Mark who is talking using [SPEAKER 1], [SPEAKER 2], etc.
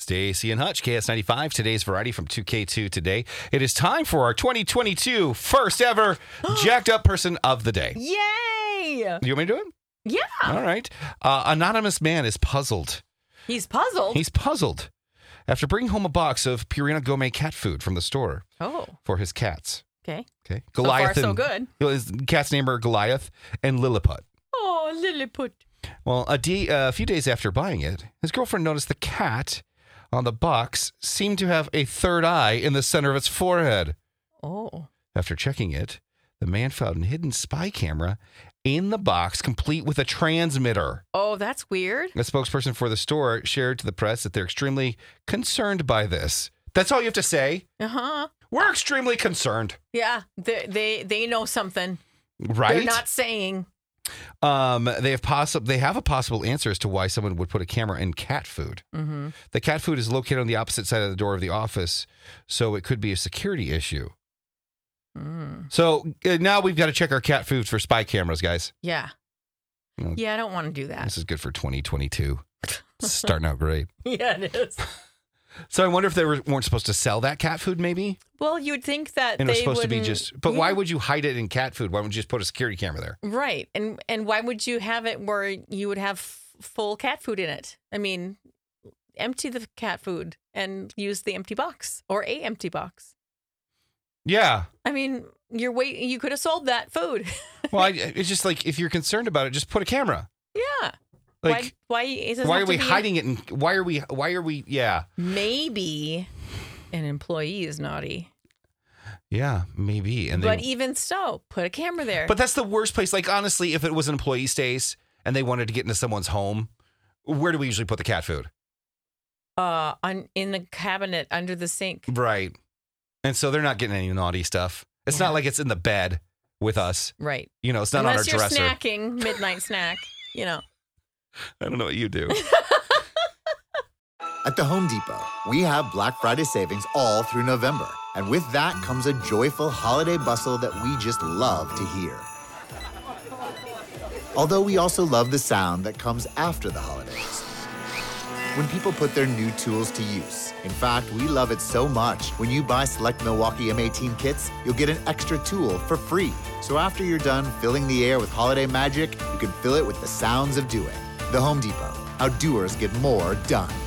[SPEAKER 1] Stacy and Hutch, KS95, today's variety from 2K2 today. It is time for our 2022 first ever jacked up person of the day.
[SPEAKER 2] Yay!
[SPEAKER 1] You want me to do it?
[SPEAKER 2] Yeah.
[SPEAKER 1] All right. Uh, anonymous man is puzzled.
[SPEAKER 2] He's puzzled.
[SPEAKER 1] He's puzzled after bringing home a box of Purina Gourmet cat food from the store
[SPEAKER 2] oh,
[SPEAKER 1] for his cats.
[SPEAKER 2] okay.
[SPEAKER 1] Okay.
[SPEAKER 2] So far,
[SPEAKER 1] Goliath
[SPEAKER 2] so
[SPEAKER 1] and
[SPEAKER 2] good.
[SPEAKER 1] His cat's name are Goliath and Lilliput.
[SPEAKER 2] Oh, Lilliput.
[SPEAKER 1] Well, a, d- a few days after buying it, his girlfriend noticed the cat on the box seemed to have a third eye in the center of its forehead.
[SPEAKER 2] Oh.
[SPEAKER 1] After checking it, the man found a hidden spy camera in the box, complete with a transmitter.
[SPEAKER 2] Oh, that's weird.
[SPEAKER 1] A spokesperson for the store shared to the press that they're extremely concerned by this. That's all you have to say.
[SPEAKER 2] Uh huh.
[SPEAKER 1] We're extremely concerned,
[SPEAKER 2] Yeah. They, they they know something.
[SPEAKER 1] right?
[SPEAKER 2] They're not saying.
[SPEAKER 1] Um, they have possible they have a possible answer as to why someone would put a camera in cat food.
[SPEAKER 2] Mm-hmm.
[SPEAKER 1] The cat food is located on the opposite side of the door of the office, so it could be a security issue.
[SPEAKER 2] Mm.
[SPEAKER 1] So uh, now we've got to check our cat food for spy cameras, guys.
[SPEAKER 2] Yeah.
[SPEAKER 1] Mm.
[SPEAKER 2] Yeah, I don't want to do that.
[SPEAKER 1] This is good for 2022. Starting out great.
[SPEAKER 2] yeah, it is.
[SPEAKER 1] So I wonder if they were, weren't supposed to sell that cat food, maybe,
[SPEAKER 2] Well, you'd think that
[SPEAKER 1] and it
[SPEAKER 2] they
[SPEAKER 1] was supposed to be
[SPEAKER 2] wouldn't-
[SPEAKER 1] just. But why
[SPEAKER 2] Yeah.
[SPEAKER 1] would you hide it in cat food? Why wouldn't you just put a security camera there?
[SPEAKER 2] Right. And and why would you have it where you would have f- full cat food in it? I mean, empty the cat food and use the empty box or a empty box.
[SPEAKER 1] Yeah.
[SPEAKER 2] I mean, you're wait you could have sold that food.
[SPEAKER 1] Well, I, it's just like if you're concerned about it, just put a camera.
[SPEAKER 2] yeah.
[SPEAKER 1] Like,
[SPEAKER 2] why why is it
[SPEAKER 1] why, are we hiding it? And why are we? Why are we? Yeah.
[SPEAKER 2] Maybe an employee is naughty.
[SPEAKER 1] Yeah. Maybe. And
[SPEAKER 2] But
[SPEAKER 1] they,
[SPEAKER 2] even so, put a camera there.
[SPEAKER 1] But that's the worst place. Like honestly, if it was an employee stays and they wanted to get into someone's home, where do we usually put the cat food?
[SPEAKER 2] uh on in the cabinet under the sink.
[SPEAKER 1] Right. And so they're not getting any naughty stuff. It's
[SPEAKER 2] Yeah.
[SPEAKER 1] not like it's in the bed with us.
[SPEAKER 2] Right.
[SPEAKER 1] You know, it's not
[SPEAKER 2] Unless
[SPEAKER 1] on
[SPEAKER 2] you're
[SPEAKER 1] our dresser.
[SPEAKER 2] snacking, midnight snack, you know.
[SPEAKER 1] I don't know what you do.
[SPEAKER 3] At the Home Depot, we have Black Friday savings all through November. And with that comes a joyful holiday bustle that we just love to hear. Although we also love the sound that comes after the holidays. When people put their new tools to use. In fact, we love it so much. When you buy select Milwaukee M18 kits, you'll get an extra tool for free. So after you're done filling the air with holiday magic, you can fill it with the sounds of doing. The Home Depot, how doers get more done.